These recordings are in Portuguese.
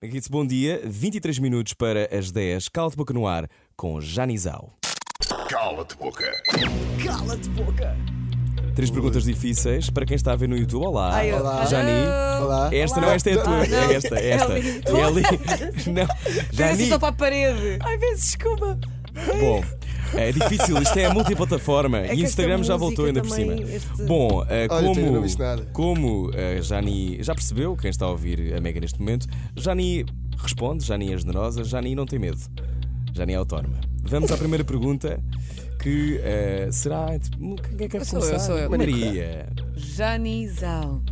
Na Kids Bom Dia, 23 minutos para as 10. Cala-te boca no ar com Janizal. Cala-te boca. Cala-te boca! Três perguntas difíceis para quem está a ver no YouTube. Olá, Ai, eu- Olá. Jani. Olá. Esta não, esta é a tua. não. É esta, é esta. Eli. É ali. Não, Parece Jani. assim só para a parede. Ai, peço desculpa. Bom, é difícil, isto é multiplataforma que e esta Instagram já música voltou ainda por cima. também, este- Bom, eh, Olha, eu ainda não como, disse nada. como eh, Jani já percebeu, quem está a ouvir a Mega neste momento, Jani responde, Jani é generosa, Jani não tem medo, Jani é autónoma. Vamos à primeira pergunta que eh, será. Quem é que quer Sou eu, começar? sou eu. Maria. Janizal.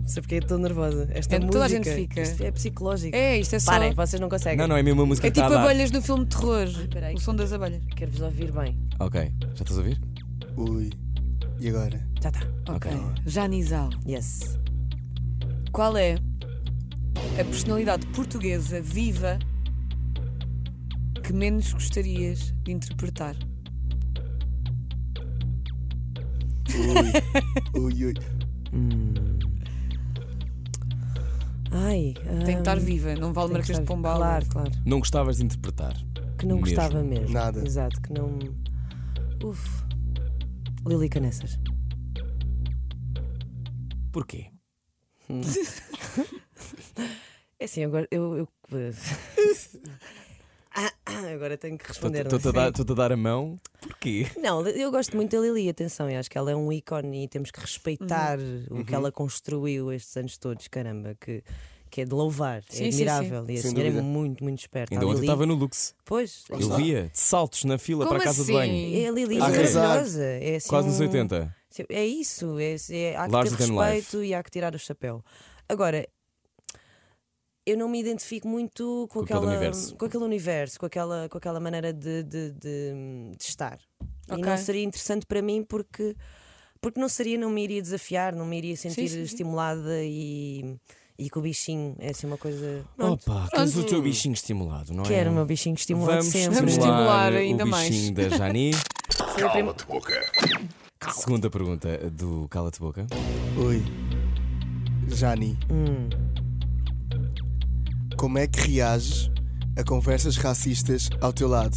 Não sei porque é tão nervosa. Esta É, música. toda a gente fica. Isto é psicológico. É, isto é só. Parem, vocês não conseguem. Não, não, é mesmo uma música É que tipo está a dar. abelhas do filme de terror. peraí. O som das abelhas. Quero-vos ouvir bem. Ok, já estás a ouvir? Ui. E agora? Já está. Ok. Janizal. Yes. Qual é a personalidade portuguesa viva que menos gostarias de interpretar? Ui, ui. Ai. ah, Tem que estar vivo. viva, não vale Marquês de Pombal. Claro, claro. Não gostavas de interpretar. Que não Mesmo. gostava mesmo. Nada. Exato, que não. Uf. Lili Canessas. Porquê? É assim, agora eu. eu... Ah, ah, agora tenho que responder. não é? Estou-te assim. a, dar- estou-te a dar a mão. Porquê? Não, eu gosto muito da Lili, atenção, eu acho que ela é um ícone e temos que respeitar Uhum. o que ela construiu estes anos todos, caramba, que, que é de louvar, é Sim, sim, sim. admirável. E a Sem senhora é dúvida. muito, muito esperta. Tá Ainda a ontem Lili, estava no Lux. Pois, Eu via de saltos na fila Como para a casa de banho. assim? é a Lili é A arrasar. maravilhosa. É assim, Ah, Quase nos um- 80. Sim, É isso, é, é- há que Larger ter than respeito e há que tirar o chapéu. Agora, eu não me identifico muito Com com, aquele aquela, universo. com aquele universo, com aquela, com aquela maneira de, de, de- de estar. Ok. E não seria interessante para mim porque, porque não seria, não me iria desafiar, não me iria sentir sim, sim. estimulada e, e com o bichinho. É assim uma coisa. Pronto, Opa, queres o teu bichinho estimulado, não é? Quero o meu bichinho estimulado Vamos sempre. um Vamos estimular estimular ainda o mais. bichinho da Jani. Cala-te boca. Segunda pergunta do Cala-te Boca. Ui. Jani. Hum. Como é que reages a conversas racistas ao teu lado?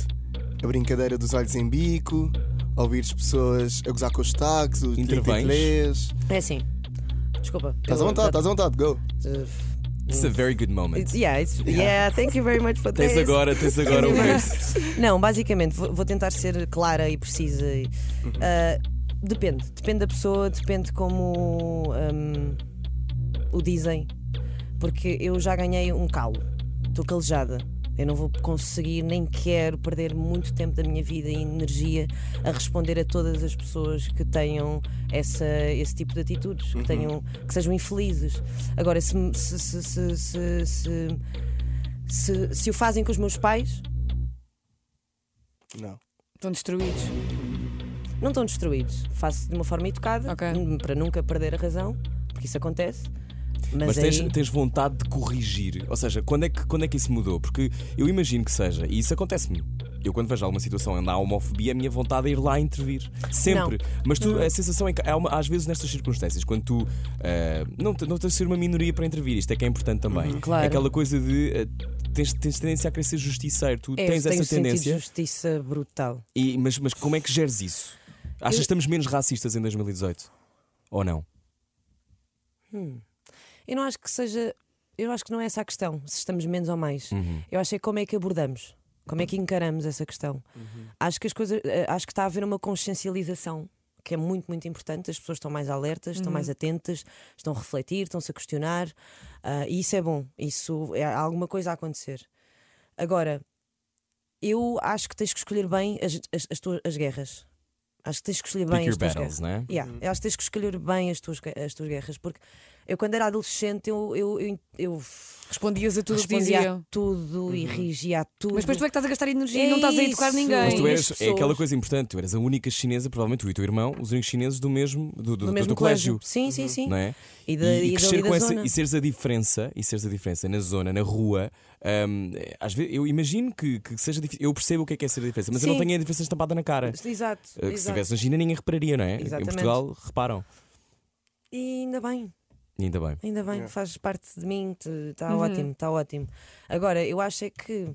A brincadeira dos olhos em bico, ouvires pessoas a gozar com os taques, o tipo Intervens? 33. É assim. Desculpa. Estás à eu- vontade, tá? estás à vontade, go. It's a very good moment. It's- yeah, it's- yeah, thank you very much for Tens this. agora, tens agora o verso. Não, basicamente, vou vou tentar ser clara e precisa. e, ah, depende, depende da pessoa, depende como hum, o dizem. Porque eu já ganhei um calo, estou calejada. Eu não vou conseguir, nem quero perder muito tempo da minha vida e energia a responder a todas as pessoas que tenham essa, esse tipo de atitudes, que, tenham, que sejam infelizes. Agora, se me- se- se- se- se- se, se, se o fazem com os meus pais, Não. Estão destruídos. não estão destruídos. Faço de uma forma educada Ok. n- para nunca perder a razão, porque isso acontece. Mas, Mas aí, tens, tens vontade de corrigir. Ou seja, quando é, que, quando é que isso mudou? Porque eu imagino que seja, e isso acontece-me. Eu, quando vejo alguma situação onde há homofobia, a minha vontade é ir lá intervir. Sempre. Mas tu, a sensação é que, há uma- às vezes, nestas circunstâncias, quando tu ah, não, te- não tens de ser uma minoria para intervir, isto é que é importante também. Uhum, claro. É aquela coisa de. ah, tens, tens tendência a querer ser justiceiro, tu é, tens tenho essa um sentido de tendência. justiça brutal. E, mas, mas como é que geres isso? Achas que estamos menos racistas em 2018? Ou não? Eu não acho que seja. Eu acho que não é essa a questão, se estamos menos ou mais. Uhum. Eu acho que é como é que abordamos, como é que encaramos essa questão. Uhum. Acho que as coisas. eh, Acho que está a haver uma consciencialização que é muito, muito importante. As pessoas estão mais alertas, estão mais atentas, estão a refletir, estão-se a questionar. ah, e isso é bom. Isso é há alguma coisa a acontecer. Agora, eu acho que tens que escolher bem as, as, as tuas as guerras. Acho que tens que escolher Pick bem as your tuas battles, guerras. não é? Yeah, Eu acho que tens que escolher bem as tuas, as tuas guerras, porque eu, quando era adolescente, eu, eu, eu, eu Respondias a tudo o que respondia diziam. a tudo Uhum. e regia a tudo. Mas depois tu é que estás a gastar energia É e não estás a educar isso. ninguém. Mas tu e eras, as é aquela pessoas? coisa importante, tu eras a única chinesa, provavelmente tu e o teu irmão, os únicos chineses do mesmo, do, do, no do mesmo teu colégio. Sim, sim, sim. Não é? E da- e crescer dali da com essa, zona. e seres a diferença, e seres a diferença na zona, na rua, hum, às vezes eu imagino que, que seja difícil. Eu percebo o que é que é ser a diferença, mas eu não Sim. tenho a diferença estampada na cara. Eh, Exato. Que se exato. estivesse na China ninguém repararia, não é? Em Exatamente. Portugal reparam. E ainda bem. Ainda bem. Ainda bem, faz parte de mim, está ótimo, está ótimo. Agora, eu acho é que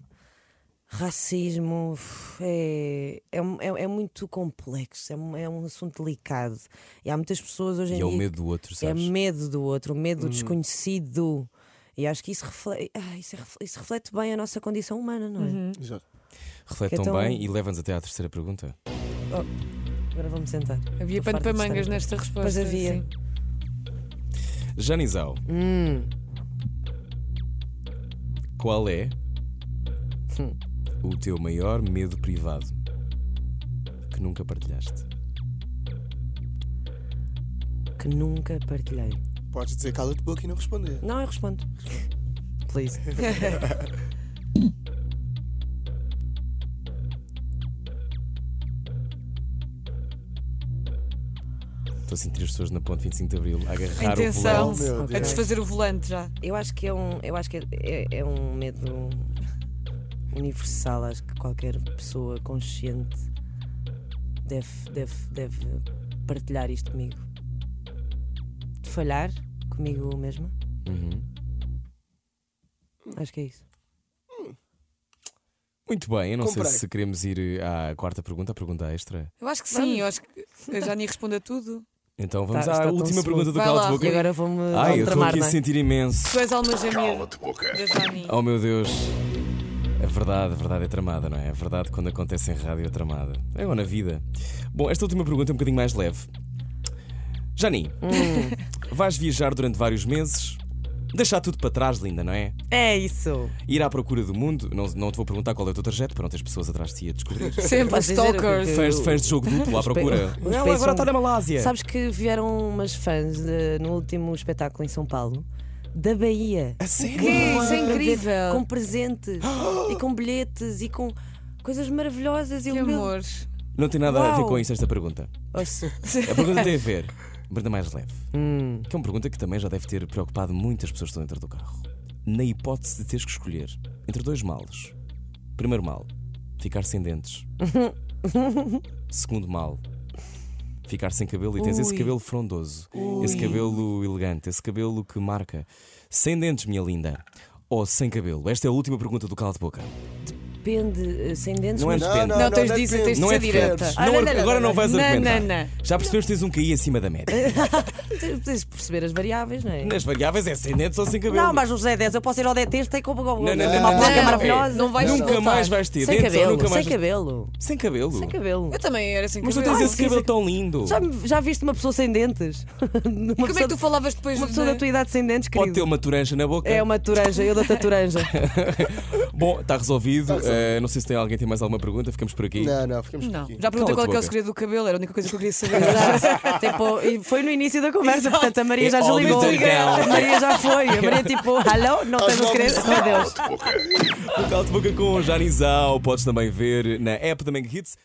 racismo uf, é, é, um- é- é muito complexo, é um, é um assunto delicado. E há muitas pessoas hoje em E é dia. o medo do outro, É sabes? medo do outro, o medo do desconhecido. E acho que isso reflete, ah, isso, é ref- isso reflete bem a nossa condição humana, não é? Exato. Reflete que é tão tão- bem e leva-nos até à terceira pergunta. Agora vamos sentar. Havia Estou pano farta para de mangas estar. nesta resposta. Pois havia. sim. Janizal, Hum, qual é Hum. o teu maior medo privado que nunca partilhaste? que nunca partilhei. Podes dizer cala-te boca e não responder. Não, eu respondo. Please. Estou a sentir as pessoas na ponte 25 de Abril a agarrar Intenção. o Oh, meu A Deus. desfazer o volante já. Eu acho que é um, eu acho que é, é- é um medo universal. Acho que qualquer pessoa consciente deve, deve, deve partilhar isto comigo. De falhar comigo mesma. volante. Uhum. Acho que é isso. Muito bem, eu não Comprei. sei se queremos ir à quarta pergunta, à pergunta extra. Eu acho que sim, eu acho que eu já nem respondo a tudo. Então vamos Tá, está à tão última seguro. pergunta do Vai Cala lá. de E Boca. agora vou-me Ai, eu estou tramar, aqui não a é? sentir imenso. Tu és alma gêmea Cala-te boca. da Jani. Oh meu Deus. A verdade, a verdade é tramada, não é? A verdade quando acontece em rádio é tramada. É igual na vida. Bom, esta última pergunta é um bocadinho mais leve. Jani, Hum. vais viajar durante vários meses? Deixar tudo para trás, linda, não é? É isso. Ir à procura do mundo? Não, não te vou perguntar qual é o teu trajeto para não teres pessoas atrás de ti a descobrir. Sempre Posso dizer o que stalkers. eu- fãs, fãs de jogo duplo à procura. Os Ela pés agora são- está na Malásia. Sabes que vieram umas fãs de- no último espetáculo em São Paulo da Bahia. A sério? Que? Isso é Para ver- incrível. Com presentes e com bilhetes e com coisas maravilhosas. e Que eu, meu amor. Não tem nada a ver Uau. com isto esta pergunta. Ouço. A É pergunta tem a ver. Pergunta mais leve. Que é uma pergunta que também já deve ter preocupado muitas pessoas que estão dentro do carro. Na hipótese de teres que escolher entre dois males. Primeiro mal, ficar sem dentes. Segundo mal, ficar sem cabelo e tens esse Ui. cabelo frondoso, esse cabelo elegante, esse cabelo que marca. Sem dentes, minha linda. Ou sem cabelo? Esta é a última pergunta do Cala de Boca. Depende, eh, sem dentes, Não é mas depende. Não, tens de dizer, depende. tens de Não é ser de direta. férias. Ah, Não, não, não, agora não, não vais não, argumentar. não, não. Já percebemos que tens um KI acima da média. é tens- tens de perceber as variáveis, não é? Nas variáveis é sem dentes ou sem cabelo. Não, mas no José 10, eu posso ir ao DT, tem como como- não, não, uma não, placa não, maravilhosa. não vais nunca voltar. mais vais ter Sem dentes ou cabelo, nunca mais. sem cabelo. Sem cabelo. Sem cabelo. é Eu também era assim. Mas tu tens esse cabelo tão lindo. Já, me- já viste uma pessoa sem dentes? Uma Como é pessoa- que tu falavas depois Uma pessoa na- da tua idade sem dentes, Pode ter querido. uma toranja na boca. É uma toranja, eu dou-te a toranja. Bom, está resolvido. Tá Eh, não sei se tem alguém tem mais alguma pergunta, ficamos por aqui. Não, não, ficamos Não. por aqui. Já Cala-te perguntei qual é que é boca. o segredo do cabelo, era a única coisa que eu queria saber. Exato. Tipo, e foi no início da conversa, portanto a Maria já It always desligou. did that. A Maria já foi. A Maria tipo, alô, não tens o segredo? Meu Deus. Cala-te boca. O Cala de Boca com o Janizal. Podes também ver na app da Mega Hits.